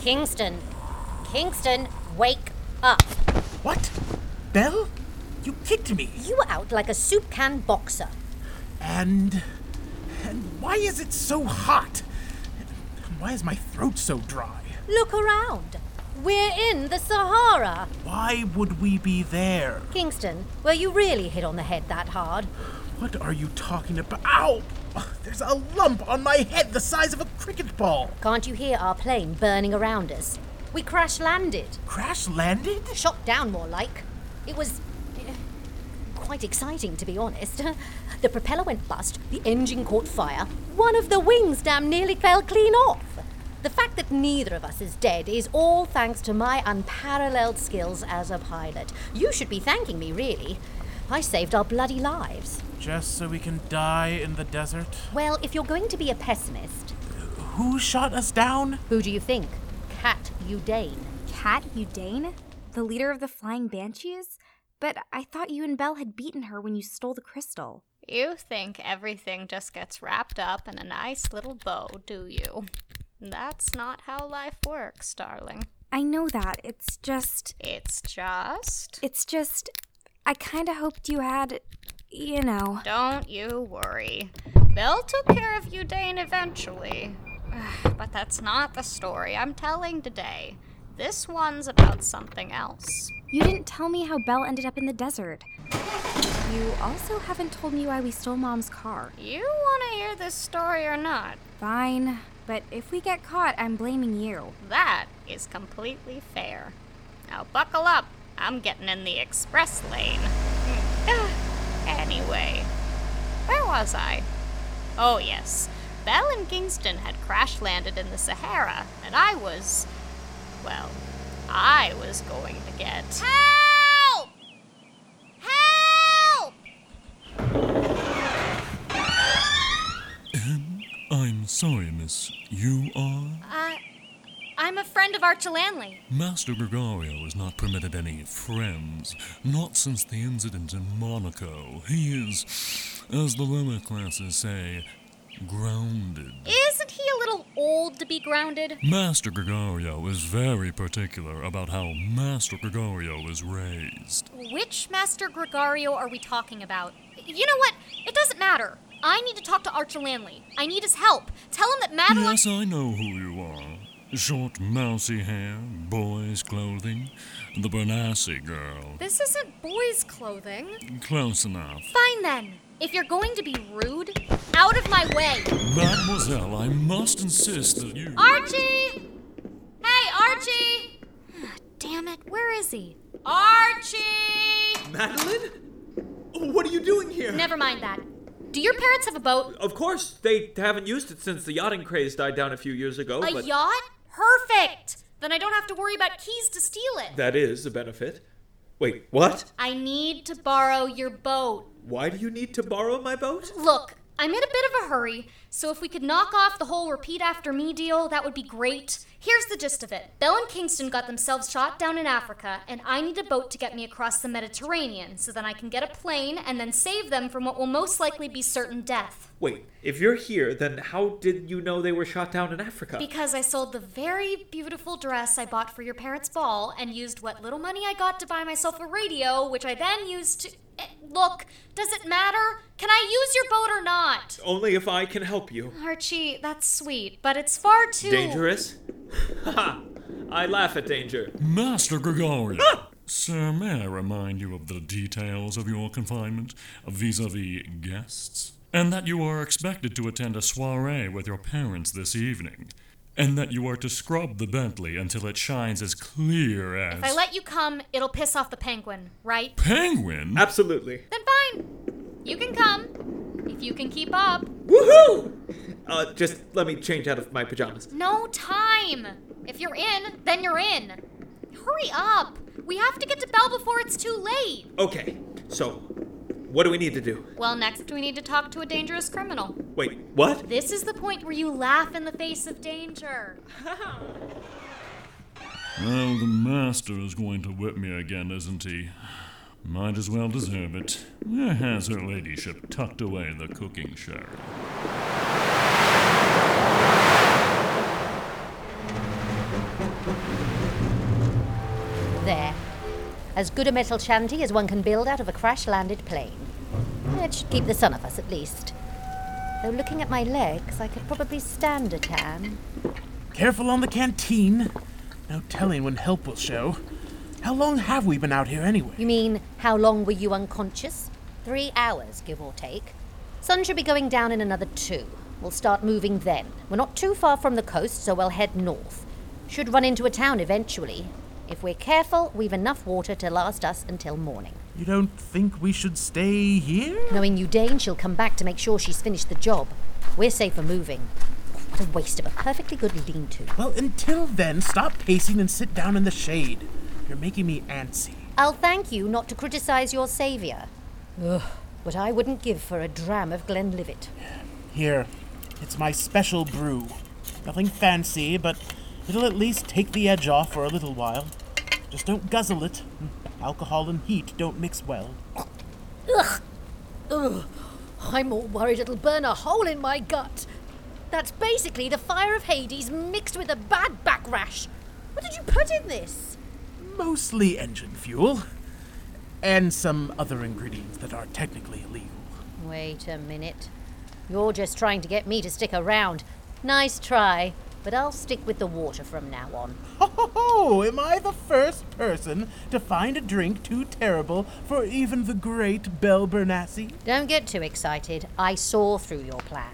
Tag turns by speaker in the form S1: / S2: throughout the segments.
S1: Kingston. Kingston, wake up.
S2: What? Bell? You kicked me.
S1: You were out like a soup can boxer.
S2: And. And why is it so hot? And why is my throat so dry?
S1: Look around. We're in the Sahara.
S2: Why would we be there?
S1: Kingston, were you really hit on the head that hard?
S2: What are you talking about? Ow! There's a lump on my head the size of a cricket ball.
S1: Can't you hear our plane burning around us? We crash landed.
S2: Crash landed?
S1: Shot down, more like. It was. eh, quite exciting, to be honest. The propeller went bust, the engine caught fire, one of the wings damn nearly fell clean off. The fact that neither of us is dead is all thanks to my unparalleled skills as a pilot. You should be thanking me, really. I saved our bloody lives.
S3: Just so we can die in the desert?
S1: Well, if you're going to be a pessimist,
S3: Who shot us down?
S1: who do you think? Cat Udane.
S4: Cat Udane? The leader of the Flying Banshees? But I thought you and Belle had beaten her when you stole the crystal.
S5: You think everything just gets wrapped up in a nice little bow, do you? That's not how life works, darling.
S4: I know that. It's just.
S5: It's just.
S4: It's just. I kinda hoped you had. You know.
S5: Don't you worry. Bill took care of you, Dane, eventually. but that's not the story I'm telling today. This one's about something else.
S4: You didn't tell me how Belle ended up in the desert. You also haven't told me why we stole Mom's car.
S5: You want to hear this story or not?
S4: Fine. But if we get caught, I'm blaming you.
S5: That is completely fair. Now buckle up. I'm getting in the express lane. anyway, where was I? Oh, yes. Belle and Kingston had crash landed in the Sahara, and I was. Well, I was going to get. Help! Help!
S6: I'm sorry, miss. You are?
S7: Uh, I'm a friend of Archelanley.
S6: Master Gregario is not permitted any friends, not since the incident in Monaco. He is, as the lower classes say, grounded.
S7: Isn't he a little old to be grounded?
S6: Master Gregario is very particular about how Master Gregario is raised.
S7: Which Master Gregario are we talking about? You know what? It doesn't matter. I need to talk to Archelanley. I need his help. Tell him that Madeline.
S6: Yes, I know who you are. Short, mousy hair, boys' clothing, the Bernassi girl.
S7: This isn't boys' clothing.
S6: Close enough.
S7: Fine then. If you're going to be rude, out of my way.
S6: Mademoiselle, I must insist that you.
S7: Archie! Hey, Archie! Damn it, where is he? Archie!
S8: Madeline? What are you doing here?
S7: Never mind that. Do your parents have a boat?
S8: Of course, they haven't used it since the yachting craze died down a few years ago,
S7: A
S8: but
S7: yacht? Perfect! Then I don't have to worry about keys to steal it.
S8: that is a benefit. Wait, what?
S7: I need to borrow your boat.
S8: Why do you need to borrow my boat?
S7: Look, I'm in a bit of a hurry, so if we could knock off the whole repeat after me deal, that would be great. Here's the gist of it Bell and Kingston got themselves shot down in Africa, and I need a boat to get me across the Mediterranean so then I can get a plane and then save them from what will most likely be certain death.
S8: Wait, if you're here, then how did you know they were shot down in Africa?
S7: Because I sold the very beautiful dress I bought for your parents' ball and used what little money I got to buy myself a radio, which I then used to. Eh, Look, does it matter? Can I use your boat or not?
S8: Only if I can help you.
S7: Archie, that's sweet, but it's far too
S8: Dangerous? Ha! I laugh at danger.
S6: Master Gregorio! Sir, may I remind you of the details of your confinement vis a vis guests? And that you are expected to attend a soiree with your parents this evening. And that you are to scrub the Bentley until it shines as clear as.
S7: If I let you come, it'll piss off the penguin, right?
S6: Penguin?
S8: Absolutely.
S7: Then fine. You can come. If you can keep up.
S8: Woohoo! Uh, just let me change out of my pajamas.
S7: No time. If you're in, then you're in. Hurry up. We have to get to Belle before it's too late.
S8: Okay, so what do we need to do?
S7: Well, next we need to talk to a dangerous criminal.
S8: Wait, what?
S7: This is the point where you laugh in the face of danger.
S6: Well, the master is going to whip me again, isn't he? Might as well deserve it. Where has her ladyship tucked away the cooking sherry?
S1: As good a metal shanty as one can build out of a crash landed plane. It should keep the sun off us at least. Though looking at my legs, I could probably stand a tan.
S2: Careful on the canteen. No telling when help will show. How long have we been out here anyway?
S1: You mean, how long were you unconscious? Three hours, give or take. Sun should be going down in another two. We'll start moving then. We're not too far from the coast, so we'll head north. Should run into a town eventually. If we're careful, we've enough water to last us until morning.
S2: You don't think we should stay here?
S1: Knowing you, Dane, she'll come back to make sure she's finished the job. We're safe for moving. What a waste of a perfectly good lean to.
S2: Well, until then, stop pacing and sit down in the shade. You're making me antsy.
S1: I'll thank you not to criticize your savior. Ugh, what I wouldn't give for a dram of Glenlivet.
S2: Here, it's my special brew. Nothing fancy, but it'll at least take the edge off for a little while. Just don't guzzle it. Hmm, Alcohol and heat don't mix well.
S1: Ugh, I'm all worried it'll burn a hole in my gut. That's basically the fire of Hades mixed with a bad back rash. What did you put in this?
S2: Mostly engine fuel. And some other ingredients that are technically illegal.
S1: Wait a minute. You're just trying to get me to stick around. Nice try, but I'll stick with the water from now on.
S2: Ho ho ho! Am I the first person to find a drink too terrible for even the great Belle Bernassi?
S1: Don't get too excited. I saw through your plan.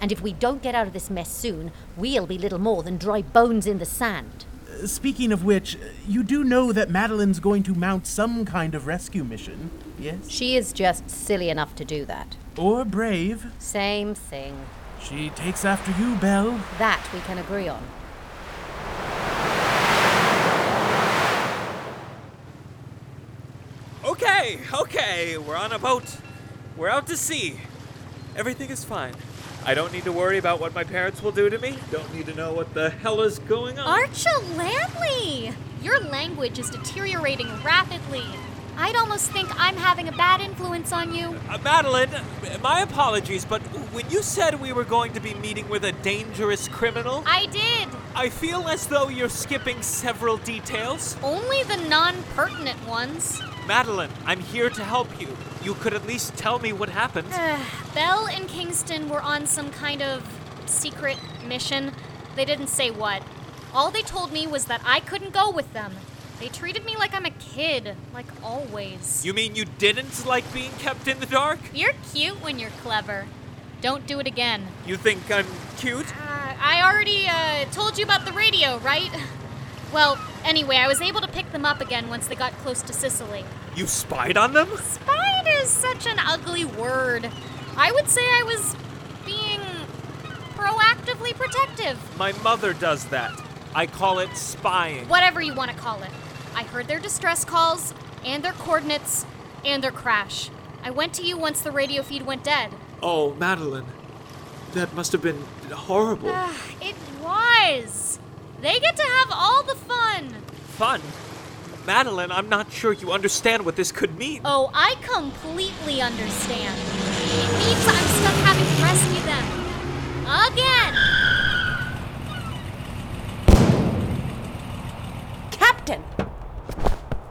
S1: And if we don't get out of this mess soon, we'll be little more than dry bones in the sand.
S2: Uh, Speaking of which, you do know that Madeline's going to mount some kind of rescue mission, yes?
S1: She is just silly enough to do that.
S2: Or brave.
S1: Same thing.
S2: She takes after you, Belle.
S1: That we can agree on.
S9: Okay, okay, we're on a boat. We're out to sea. Everything is fine. I don't need to worry about what my parents will do to me. Don't need to know what the hell is going on.
S7: Archa Lamley! Your language is deteriorating rapidly. I'd almost think I'm having a bad influence on you.
S9: Uh, Madeline, my apologies, but when you said we were going to be meeting with a dangerous criminal,
S7: I did!
S9: I feel as though you're skipping several details.
S7: Only the non pertinent ones.
S9: Madeline, I'm here to help you. You could at least tell me what happened.
S7: Bell and Kingston were on some kind of secret mission. They didn't say what. All they told me was that I couldn't go with them. They treated me like I'm a kid, like always.
S9: You mean you didn't like being kept in the dark?
S7: You're cute when you're clever. Don't do it again.
S9: You think I'm cute?
S7: Uh, I already uh, told you about the radio, right? Well, anyway, I was able to pick them up again once they got close to Sicily.
S9: You spied on them?
S7: Spied is such an ugly word. I would say I was being proactively protective,
S9: My mother does that. I call it spying.
S7: whatever you want to call it. I heard their distress calls, and their coordinates, and their crash. I went to you once the radio feed went dead.
S9: Oh, Madeline, that must have been horrible.
S7: It was! They get to have all the fun!
S9: Fun? Madeline, I'm not sure you understand what this could mean.
S7: Oh, I completely understand. It means I'm stuck having to rescue them. Again!
S10: Captain!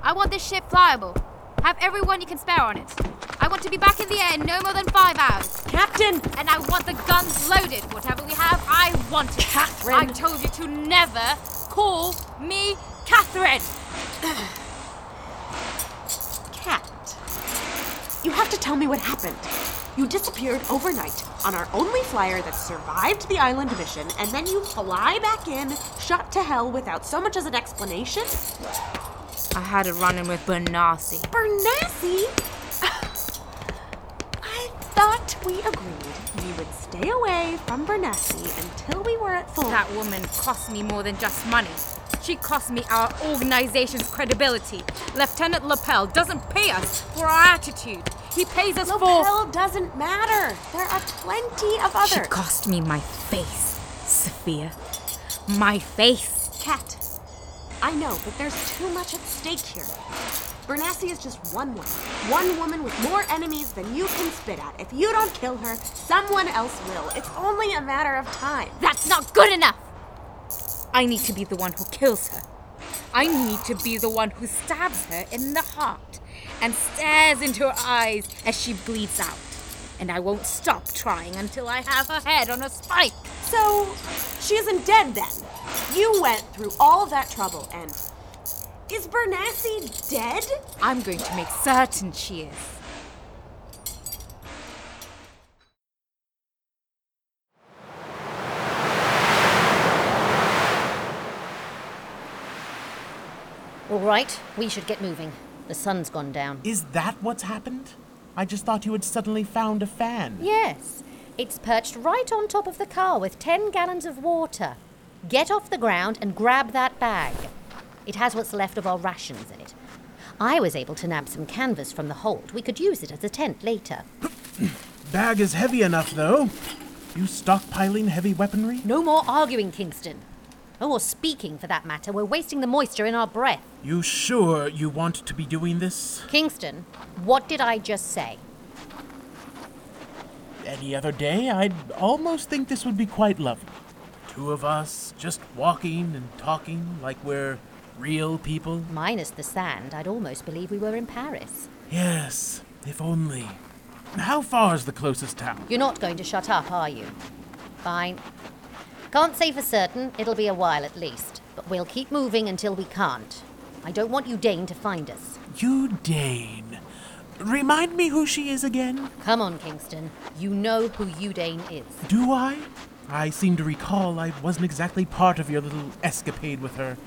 S10: I want this ship flyable. Have everyone you can spare on it. I want to be back in the air in no more than five hours. Captain! And I want the guns loaded. Whatever we have, I want it. Catherine. I told you to never call me Catherine! Cat. You have to tell me what happened. You disappeared overnight on our only flyer that survived the island mission, and then you fly back in, shot to hell without so much as an explanation?
S11: I had a run in with Bernasi.
S10: Bernassi! I thought we agreed we would stay away from Bernassi until we were at full.
S11: That woman cost me more than just money. She cost me our organization's credibility. Lieutenant Lapel doesn't pay us for our attitude. He pays us
S10: Lopel doesn't matter. There are plenty of
S11: for. She
S10: others.
S11: cost me my face, Sophia. My face.
S10: Cat. I know, but there's too much at stake here. Bernassi is just one woman. One woman with more enemies than you can spit at. If you don't kill her, someone else will. It's only a matter of time.
S11: That's not good enough! I need to be the one who kills her. I need to be the one who stabs her in the heart and stares into her eyes as she bleeds out. And I won't stop trying until I have her head on a spike.
S12: So, she isn't dead then? You went through all of that trouble and. Is Bernassi dead?
S11: I'm going to make certain she is.
S1: All right, we should get moving. The sun's gone down.
S2: Is that what's happened? I just thought you had suddenly found a fan.
S1: Yes, it's perched right on top of the car with 10 gallons of water. Get off the ground and grab that bag. It has what's left of our rations in it. I was able to nab some canvas from the hold. We could use it as a tent later.
S2: Bag is heavy enough, though. You stockpiling heavy weaponry?
S1: No more arguing, Kingston. Oh, or speaking for that matter. We're wasting the moisture in our breath.
S2: You sure you want to be doing this?
S1: Kingston, what did I just say?
S2: Any other day, I'd almost think this would be quite lovely. Two of us just walking and talking like we're real people.
S1: Minus the sand, I'd almost believe we were in Paris.
S2: Yes, if only. How far is the closest town?
S1: You're not going to shut up, are you? Fine. Can't say for certain. It'll be a while at least. But we'll keep moving until we can't. I don't want you Dane to find us.
S2: You Dane. Remind me who she is again?
S1: Come on, Kingston. You know who Udane is.
S2: Do I? I seem to recall I wasn't exactly part of your little escapade with her.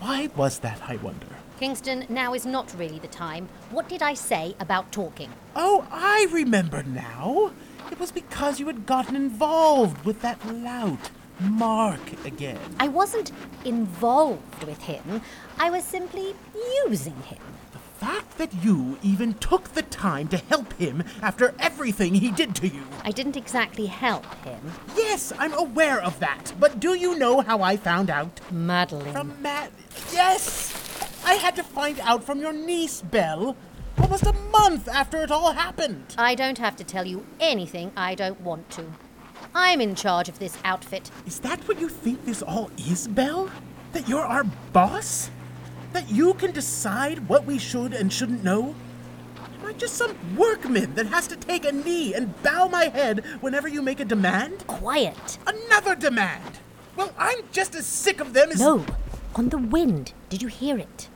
S2: Why was that, I wonder?
S1: Kingston, now is not really the time. What did I say about talking?
S2: Oh, I remember now. It was because you had gotten involved with that lout, Mark, again.
S1: I wasn't involved with him, I was simply using him.
S2: The fact that you even took the time to help him after everything he did to you.
S1: I didn't exactly help him.
S2: Yes, I'm aware of that. But do you know how I found out?
S1: Madeline.
S2: From Matt. Yes! I had to find out from your niece, Belle, almost a month after it all happened.
S1: I don't have to tell you anything I don't want to. I'm in charge of this outfit.
S2: Is that what you think this all is, Belle? That you're our boss? That you can decide what we should and shouldn't know? Am I just some workman that has to take a knee and bow my head whenever you make a demand?
S1: Quiet.
S2: Another demand! Well, I'm just as sick of them as.
S1: No, on the wind. Did you hear it?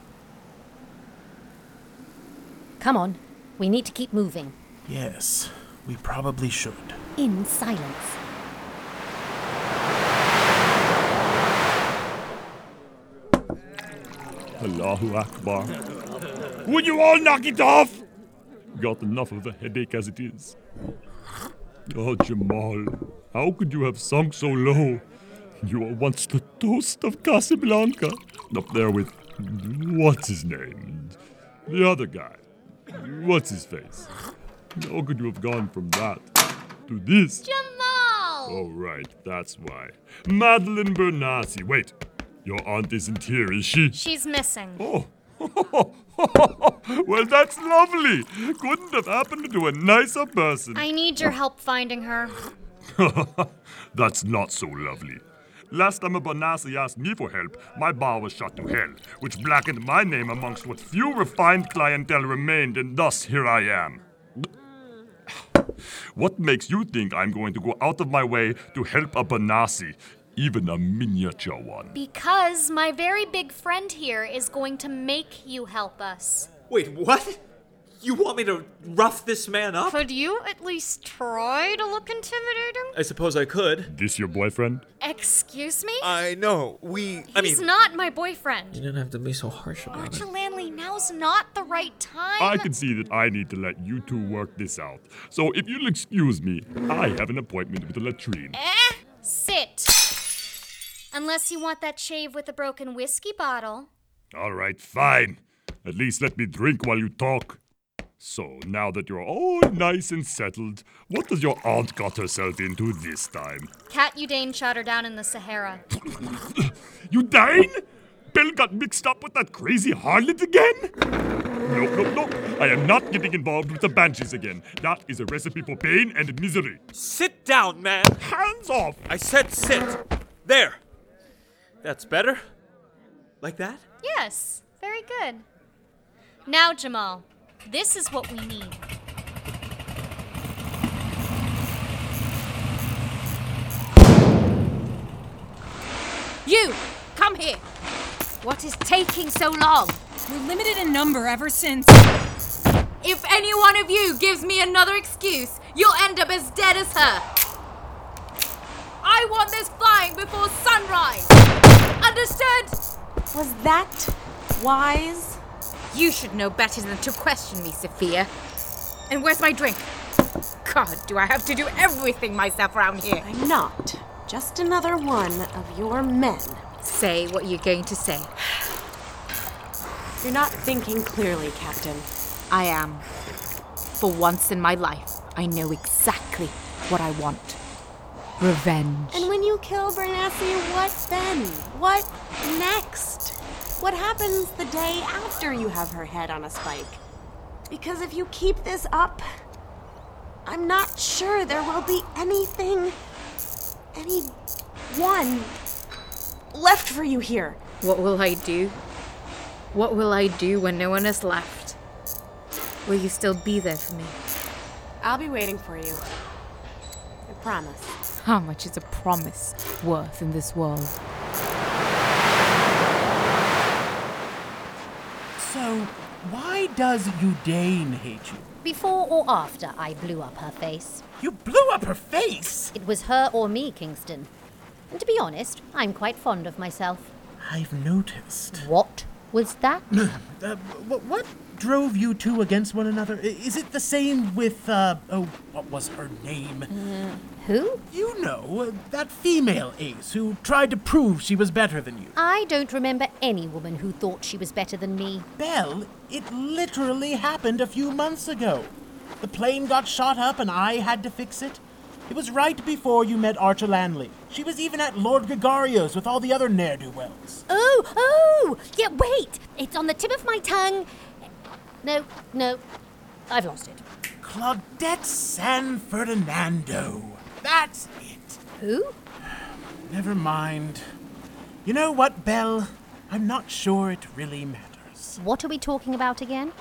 S1: Come on, we need to keep moving.
S2: Yes, we probably should.
S1: In silence.
S13: Allahu Akbar. Would you all knock it off? Got enough of a headache as it is. Oh, Jamal, how could you have sunk so low? You were once the toast of Casablanca, up there with. What's his name? The other guy. What's his face? How could you have gone from that to this?
S7: Jamal!
S13: Oh, right, that's why. Madeline Bernasi. Wait, your aunt isn't here, is she?
S7: She's missing.
S13: Oh. well, that's lovely. Couldn't have happened to a nicer person.
S7: I need your help finding her.
S13: That's not so lovely. Last time a Bonassi asked me for help, my bar was shot to hell, which blackened my name amongst what few refined clientele remained, and thus here I am. What makes you think I'm going to go out of my way to help a Bonassi, even a miniature one?
S7: Because my very big friend here is going to make you help us.
S9: Wait, what? You want me to rough this man up?
S5: Could you at least try to look intimidating?
S9: I suppose I could.
S13: This your boyfriend?
S7: Excuse me?
S13: Uh,
S9: I know. We. I mean.
S7: He's not my boyfriend.
S9: You didn't have to be so harsh about it.
S7: Archer Lanley, now's not the right time.
S13: I can see that I need to let you two work this out. So if you'll excuse me, I have an appointment with the latrine.
S7: Eh? Sit. Unless you want that shave with a broken whiskey bottle.
S13: All right, fine. At least let me drink while you talk. So, now that you're all nice and settled, what has your aunt got herself into this time?
S7: Cat Udane shot her down in the Sahara.
S13: You dying? Bill got mixed up with that crazy harlot again? No, no, no. I am not getting involved with the banshees again. That is a recipe for pain and misery.
S9: Sit down, man!
S13: Hands off!
S9: I said sit! There! That's better? Like that?
S7: Yes, very good. Now, Jamal, this is what we need.
S14: You! Come here! What is taking so long?
S15: We're limited in number ever since.
S14: If any one of you gives me another excuse, you'll end up as dead as her. I want this flying before sunrise! Understood?
S10: Was that wise?
S11: You should know better than to question me, Sophia. And where's my drink? God, do I have to do everything myself around here?
S10: I'm not. Just another one of your men.
S11: Say what you're going to say.
S10: You're not thinking clearly, Captain.
S11: I am. For once in my life, I know exactly what I want revenge.
S10: And when you kill Bernassi, what then? What next? What happens the day after you have her head on a spike? Because if you keep this up, I'm not sure there will be anything, any one left for you here.
S11: What will I do? What will I do when no one is left? Will you still be there for me?
S10: I'll be waiting for you. I promise.
S11: How much is a promise worth in this world?
S2: So, why does Udane hate you?
S1: Before or after I blew up her face?
S2: You blew up her face?
S1: It was her or me, Kingston. And to be honest, I'm quite fond of myself.
S2: I've noticed.
S1: What was that?
S2: Uh, what, what drove you two against one another? I- Is it the same with, uh, oh, what was her name?
S1: Mm, who?
S2: You know, uh, that female ace who tried to prove she was better than you.
S1: I don't remember any woman who thought she was better than me.
S2: Belle, it literally happened a few months ago. The plane got shot up and I had to fix it. It was right before you met Archer Lanley. She was even at Lord Gregario's with all the other ne'er do wells.
S1: Oh, oh! Yeah, wait! It's on the tip of my tongue. No, no. I've lost it.
S2: Claudette San Ferdinando. That's it.
S1: Who?
S2: Never mind. You know what, Belle? I'm not sure it really matters.
S1: What are we talking about again?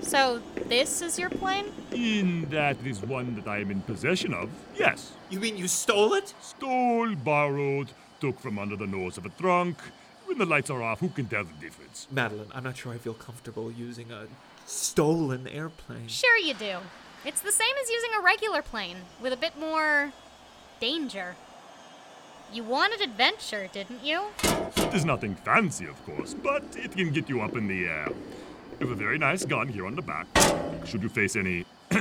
S16: So, this is your plane?
S13: In that is one that I am in possession of, yes.
S9: You mean you stole it?
S13: Stole, borrowed, took from under the nose of a trunk. When the lights are off, who can tell the difference?
S9: Madeline, I'm not sure I feel comfortable using a stolen airplane.
S7: Sure, you do. It's the same as using a regular plane, with a bit more. danger. You wanted adventure, didn't you?
S13: It is nothing fancy, of course, but it can get you up in the air. You have a very nice gun here on the back. Should you face any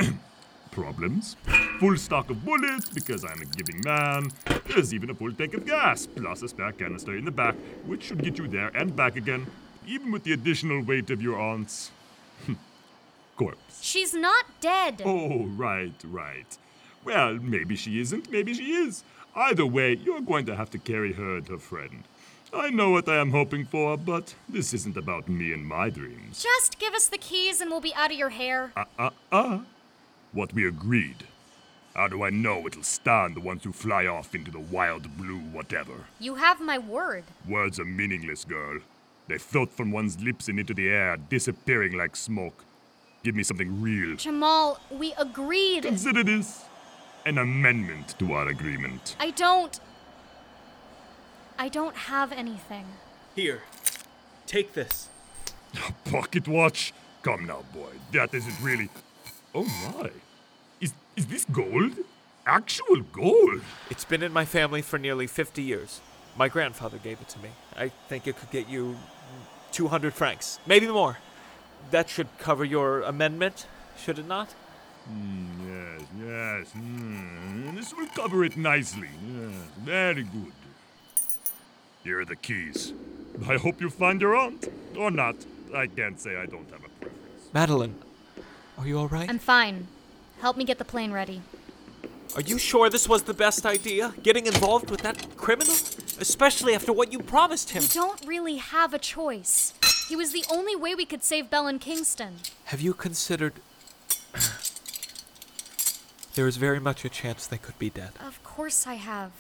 S13: problems, full stock of bullets because I'm a giving man. There's even a full tank of gas, plus a spare canister in the back, which should get you there and back again, even with the additional weight of your aunt's corpse.
S7: She's not dead.
S13: Oh, right, right. Well, maybe she isn't, maybe she is. Either way, you're going to have to carry her and her friend. I know what I am hoping for, but this isn't about me and my dreams.
S7: Just give us the keys and we'll be out of your hair.
S13: Uh uh uh. What we agreed. How do I know it'll stand the ones who fly off into the wild blue whatever?
S7: You have my word.
S13: Words are meaningless, girl. They float from one's lips and into the air, disappearing like smoke. Give me something real.
S7: Jamal, we agreed.
S13: Consider this an amendment to our agreement.
S7: I don't. I don't have anything.
S9: Here, take this.
S13: Pocket watch? Come now, boy. That isn't really. Oh my. Is, is this gold? Actual gold?
S9: It's been in my family for nearly 50 years. My grandfather gave it to me. I think it could get you 200 francs, maybe more. That should cover your amendment, should it not?
S13: Mm, yes, yes. mm, This will cover it nicely. Yes, very good. Here are the keys. I hope you find your aunt. Or not. I can't say I don't have a preference.
S9: Madeline, are you all right?
S7: I'm fine. Help me get the plane ready.
S9: Are you sure this was the best idea? Getting involved with that criminal? Especially after what you promised him.
S7: We don't really have a choice. He was the only way we could save Bell and Kingston.
S9: Have you considered There is very much a chance they could be dead.
S7: Of course I have.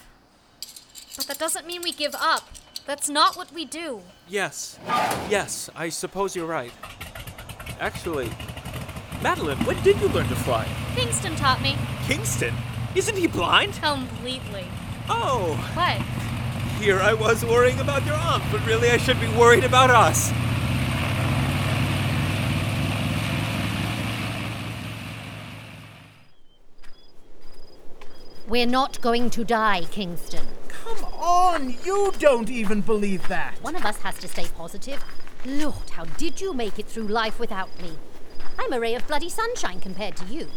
S7: But that doesn't mean we give up. That's not what we do.
S9: Yes. Yes, I suppose you're right. Actually, Madeline, when did you learn to fly?
S7: Kingston taught me.
S9: Kingston? Isn't he blind?
S7: Completely.
S9: Oh,
S7: What?
S9: here I was worrying about your aunt, but really I should be worried about us.
S1: We're not going to die, Kingston.
S2: Come on, you don't even believe that.
S1: One of us has to stay positive. Lord, how did you make it through life without me? I'm a ray of bloody sunshine compared to you.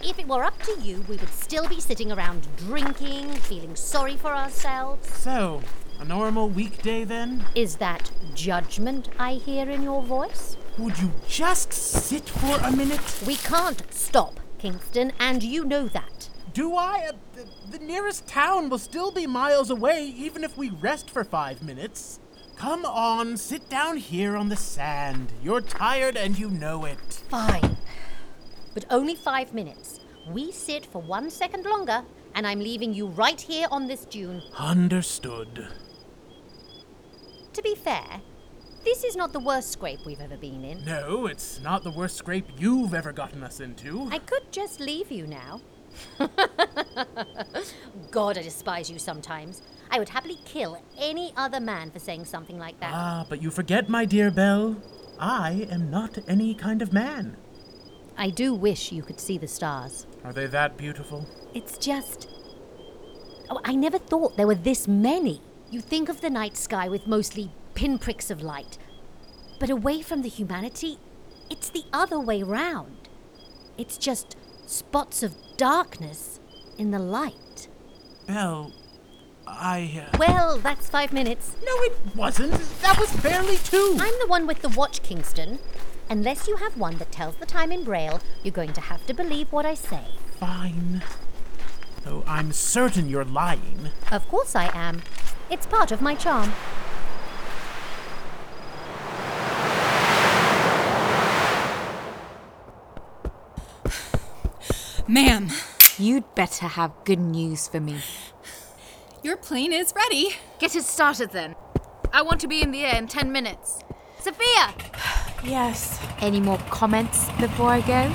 S1: If it were up to you, we would still be sitting around drinking, feeling sorry for ourselves.
S2: So, a normal weekday then?
S1: Is that judgment I hear in your voice?
S2: Would you just sit for a minute?
S1: We can't stop, Kingston, and you know that.
S2: Do I? Uh, the, the nearest town will still be miles away, even if we rest for five minutes. Come on, sit down here on the sand. You're tired and you know it.
S1: Fine. But only five minutes. We sit for one second longer, and I'm leaving you right here on this dune.
S2: Understood.
S1: To be fair, this is not the worst scrape we've ever been in.
S2: No, it's not the worst scrape you've ever gotten us into.
S1: I could just leave you now. God, I despise you sometimes. I would happily kill any other man for saying something like that.
S2: Ah, but you forget, my dear Belle, I am not any kind of man.
S1: I do wish you could see the stars.
S2: Are they that beautiful?
S1: It's just. Oh, I never thought there were this many. You think of the night sky with mostly pinpricks of light. But away from the humanity, it's the other way round. It's just spots of darkness in the light.
S2: Belle, I. Uh...
S1: Well, that's five minutes.
S2: No, it wasn't. That was barely two.
S1: I'm the one with the watch, Kingston. Unless you have one that tells the time in Braille, you're going to have to believe what I say.
S2: Fine. Though Oh, I'm certain you're lying.
S1: Of course I am. It's part of my charm.
S17: Ma'am,
S11: You'd better have good news for me.
S10: Your plane is ready.
S4: Get it started then. I want to be in the air in 10 minutes. Sophia!
S11: Yes. Any more comments before I go?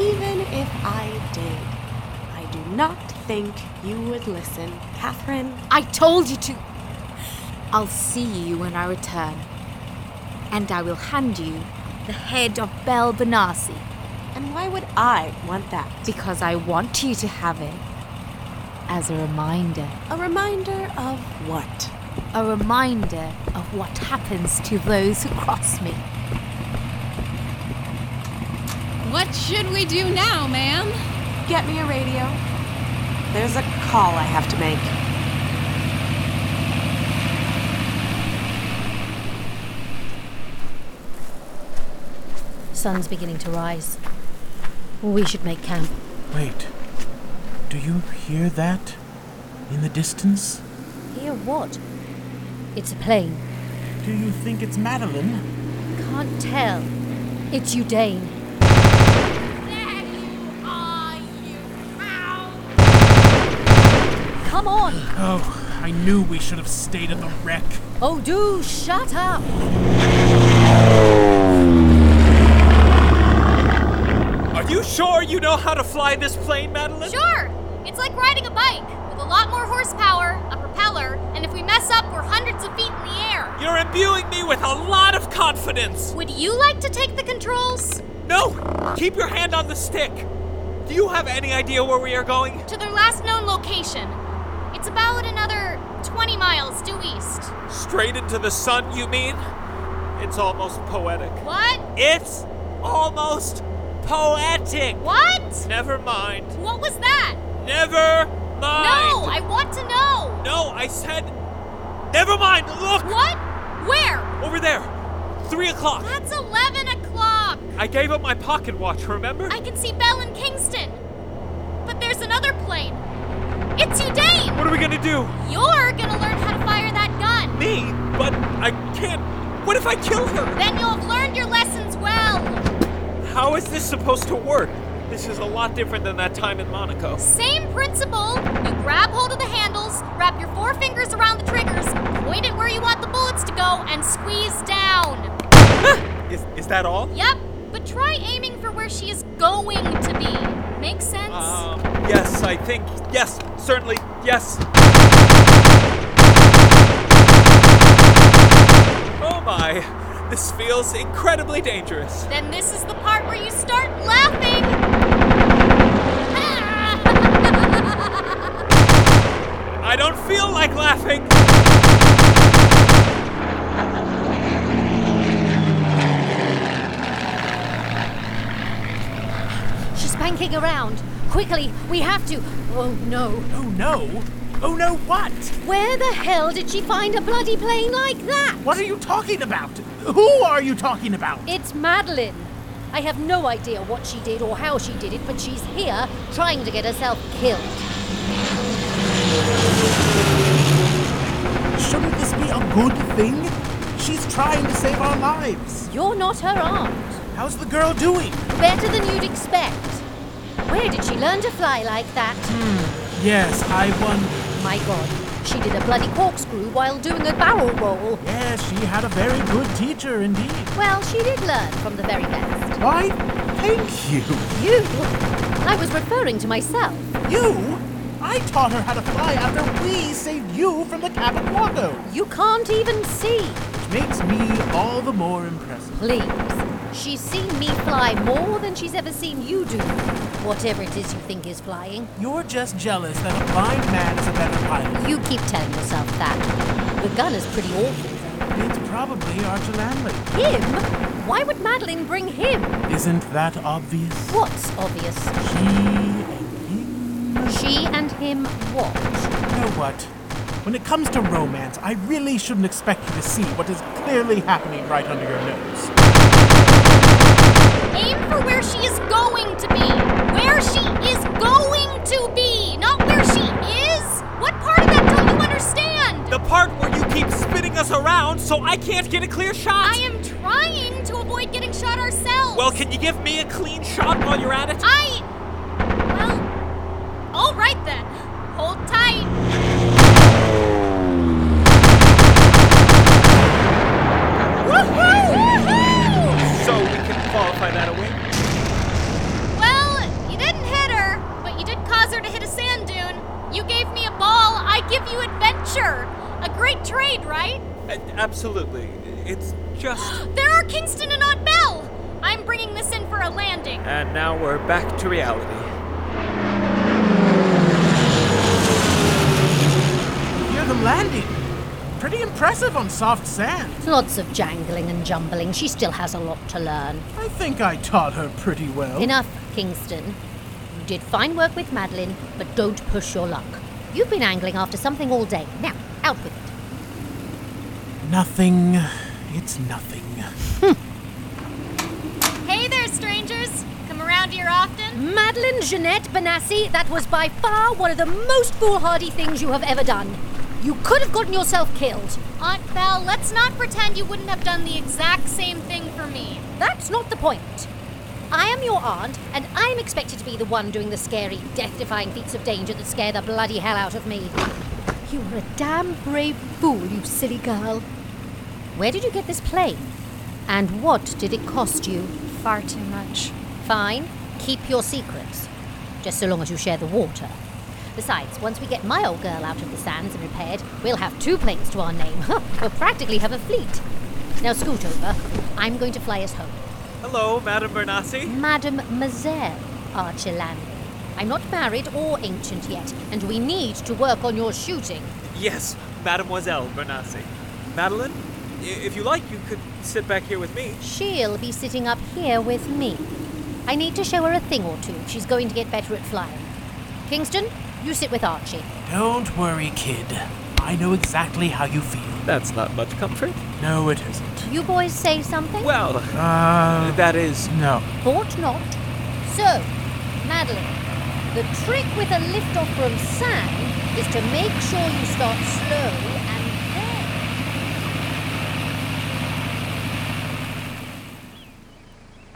S12: Even if I did, I do not think you would listen, Catherine.
S11: I told you to. I'll see you when I return. And I will hand you the head of Bel Benassi.
S12: And why would I want that?
S11: Because I want you to have it. As a reminder.
S12: A reminder of what?
S11: A reminder of what happens to those who cross me.
S10: What should we do now, ma'am?
S12: Get me a radio. There's a call I have to make.
S1: Sun's beginning to rise. We should make camp.
S2: Wait. Do you hear that? In the distance?
S1: Hear what? It's a plane.
S2: Do you think it's Madeline?
S1: Can't tell. It's Udane. Come on!
S2: Oh, I knew we should have stayed at the wreck.
S1: Oh, do shut up!
S9: Are you sure you know how to fly this plane, Madeline?
S7: Sure! It's like riding a bike with a lot more horsepower, a propeller, and if we mess up, we're hundreds of feet in the air.
S9: You're imbuing me with a lot of confidence.
S7: Would you like to take the controls?
S9: No! Keep your hand on the stick. Do you have any idea where we are going?
S7: To their last known location. It's about another 20 miles due east.
S9: Straight into the sun, you mean? It's almost poetic.
S7: What?
S9: It's almost poetic.
S7: What?
S9: Never mind.
S7: What was that?
S9: Never mind.
S7: No, I want to know!
S9: No, I said. Never mind. Look
S7: What? Where?
S9: over there. Three o'clock.
S7: That's 11 o'clock!
S9: I gave up my pocket watch. Remember?
S7: I can see Bell and Kingston! But there's another plane! It's Udane!
S9: What are we gonna do?
S7: You're gonna learn how to fire that gun!
S9: Me? But I can't. What if I kill her?
S7: Then you'll have learned your lessons well!
S9: How is this supposed to work? This is a lot different than that time in Monaco.
S7: Same principle. You grab hold of the handles, wrap your four fingers around the triggers, point it where you want the bullets to go, and squeeze down.
S9: Is, is that all?
S7: Yep, but try aiming for where she is going to be. Make sense?
S9: Um, yes, I think. Yes, certainly. Yes. Oh my. This feels incredibly dangerous.
S7: Then this is the part where you start laughing.
S9: I don't feel like laughing.
S1: She's banking around. Quickly, we have to. Oh no.
S2: Oh no? Oh no, what?
S1: Where the hell did she find a bloody plane like that?
S2: What are you talking about? Who are you talking about?
S1: It's Madeline. I have no idea what she did or how she did it, but she's here trying to get herself killed.
S2: Shouldn't this be a good thing? She's trying to save our lives.
S1: You're not her aunt.
S2: How's the girl doing?
S1: Better than you'd expect. Where did she learn to fly like that?
S2: Hmm. Yes, I wonder.
S1: My god, she did a bloody corkscrew while doing a barrel roll.
S2: Yes, she had a very good teacher indeed.
S1: Well, she did learn from the very best.
S2: Why? Thank you.
S1: You? I was referring to myself.
S2: You? I taught her how to fly after we saved you from the Capaguago,
S1: You can't even see.
S2: which makes me all the more impressive.
S1: Please. She's seen me fly more than she's ever seen you do. Whatever it is you think is flying.
S2: You're just jealous that a blind man is a better pilot.
S1: You keep telling yourself that. The gun is pretty awful.
S2: It's probably Archer Lanley.
S1: Him? Why would Madeline bring him?
S2: Isn't that obvious? E,
S1: What's obvious? She and him what?
S2: You know what? When it comes to romance, I really shouldn't expect you to see what is clearly happening right under your nose.
S7: Aim for where she is going to be. Where she is going to be, not where she is. What part of that don't you understand?
S9: The part where you keep spinning us around so I can't get a clear shot.
S7: I am trying to avoid getting shot ourselves.
S9: Well, can you give me a clean shot while you're at it?
S7: I. Well. All right then. Hold tight.
S9: So we can qualify that away.
S7: Well, you didn't hit her, but you did cause her to hit a sand dune. You gave me a ball, I give you adventure. A great trade, right?
S9: A- Uh, Absolutely. It's just.
S7: There are Kingston and Aunt Bell. I'm bringing this in for a landing.
S9: and now we're back to reality.
S2: Hear them landing. Pretty impressive on soft sand.
S1: Lots of jangling and jumbling. She still has a lot to learn.
S2: I think I taught her pretty well.
S1: Enough, Kingston. You did fine work with Madeline, but don't push your luck. You've been angling after something all day. Now, out with it.
S2: Nothing. It's nothing.
S7: Hey there, strangers. Come around here often?
S1: Madeline Jeanette Benassi, that was by far one of the most foolhardy things you have ever done. You could have gotten yourself killed.
S7: Aunt Bell, let's not pretend you wouldn't have done the exact same thing for me.
S1: That's not the point. I am your aunt, and I'm expected to be the one doing the scary, death defying feats of danger that scare the bloody hell out of me. You were a damn brave fool, you silly girl. Where did you get this plane? And what did it cost you?
S7: Far too much.
S1: Fine, keep your secrets. Just so long as you share the water. Besides, once we get my old girl out of the sands and repaired, we'll have two planes to our name. we'll practically have a fleet. Now scoot over. I'm going to fly us home.
S9: Hello, Madame Bernassi.
S1: Madame Mazel Archilani. I'm not married or ancient yet, and we need to work on your shooting.
S9: Yes, Mademoiselle Bernassi. Madeline, i- if you like, you could sit back here with me.
S1: She'll be sitting up here with me. I need to show her a thing or two. She's going to get better at flying. Kingston, you sit with Archie.
S2: Don't worry, kid. I know exactly how you feel.
S9: That's not much comfort.
S2: No, it isn't.
S1: You boys say something?
S9: Well,
S2: Uh,
S9: that is.
S2: No.
S1: Thought not. So, Madeline, the trick with a liftoff from sand is to make sure you start slow and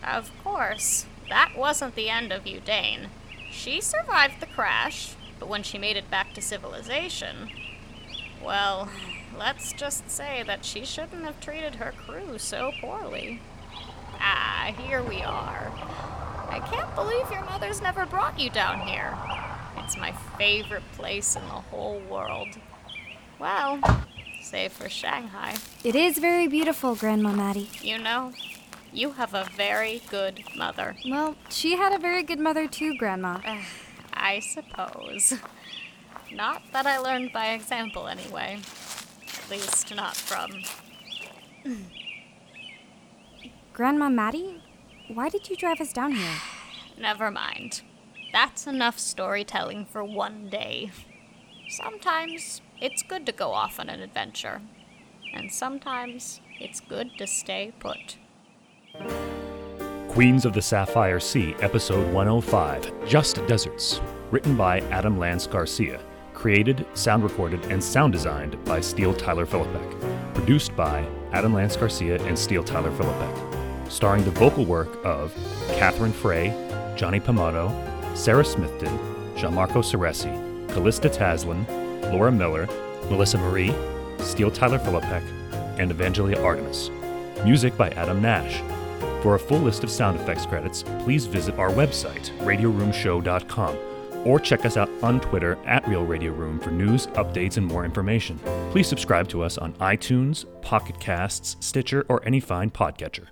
S1: then.
S5: Of course. that wasn't the end of Udane. She survived the crash, but when she made it back to civilization, well, let's just say that she shouldn't have treated her crew so poorly. Ah, here we are. I can't believe your mother's never brought you down here. It's my favorite place in the whole world. Well, save for Shanghai.
S18: It is very beautiful, Grandma Maddie.
S5: You know, you have a very good mother.
S18: Well, she had a very good mother too, Grandma.
S5: I suppose. Not that I learned by example, anyway. At least not from.
S18: Grandma Maddie, why did you drive us down here?
S5: Never mind. That's enough storytelling for one day. Sometimes it's good to go off on an adventure, and sometimes it's good to stay put.
S19: Queens of the Sapphire Sea, Episode 105 Just Deserts. Written by Adam Lance Garcia. Created, sound recorded, and sound designed by Steele Tyler Philippek. Produced by Adam Lance Garcia and Steele Tyler Philippek. Starring the vocal work of Catherine Frey, Johnny Pomado, Sarah Smithton, Gianmarco Ceresi, Callista Taslin, Laura Miller, Melissa Marie, Steele Tyler Philippek, and Evangelia Artemis. Music by Adam Nash. For a full list of sound effects credits, please visit our website, RadioRoomShow.com, or check us out on Twitter at Real Radio Room for news, updates, and more information. Please subscribe to us on iTunes, Pocket Casts, Stitcher, or any fine podcatcher.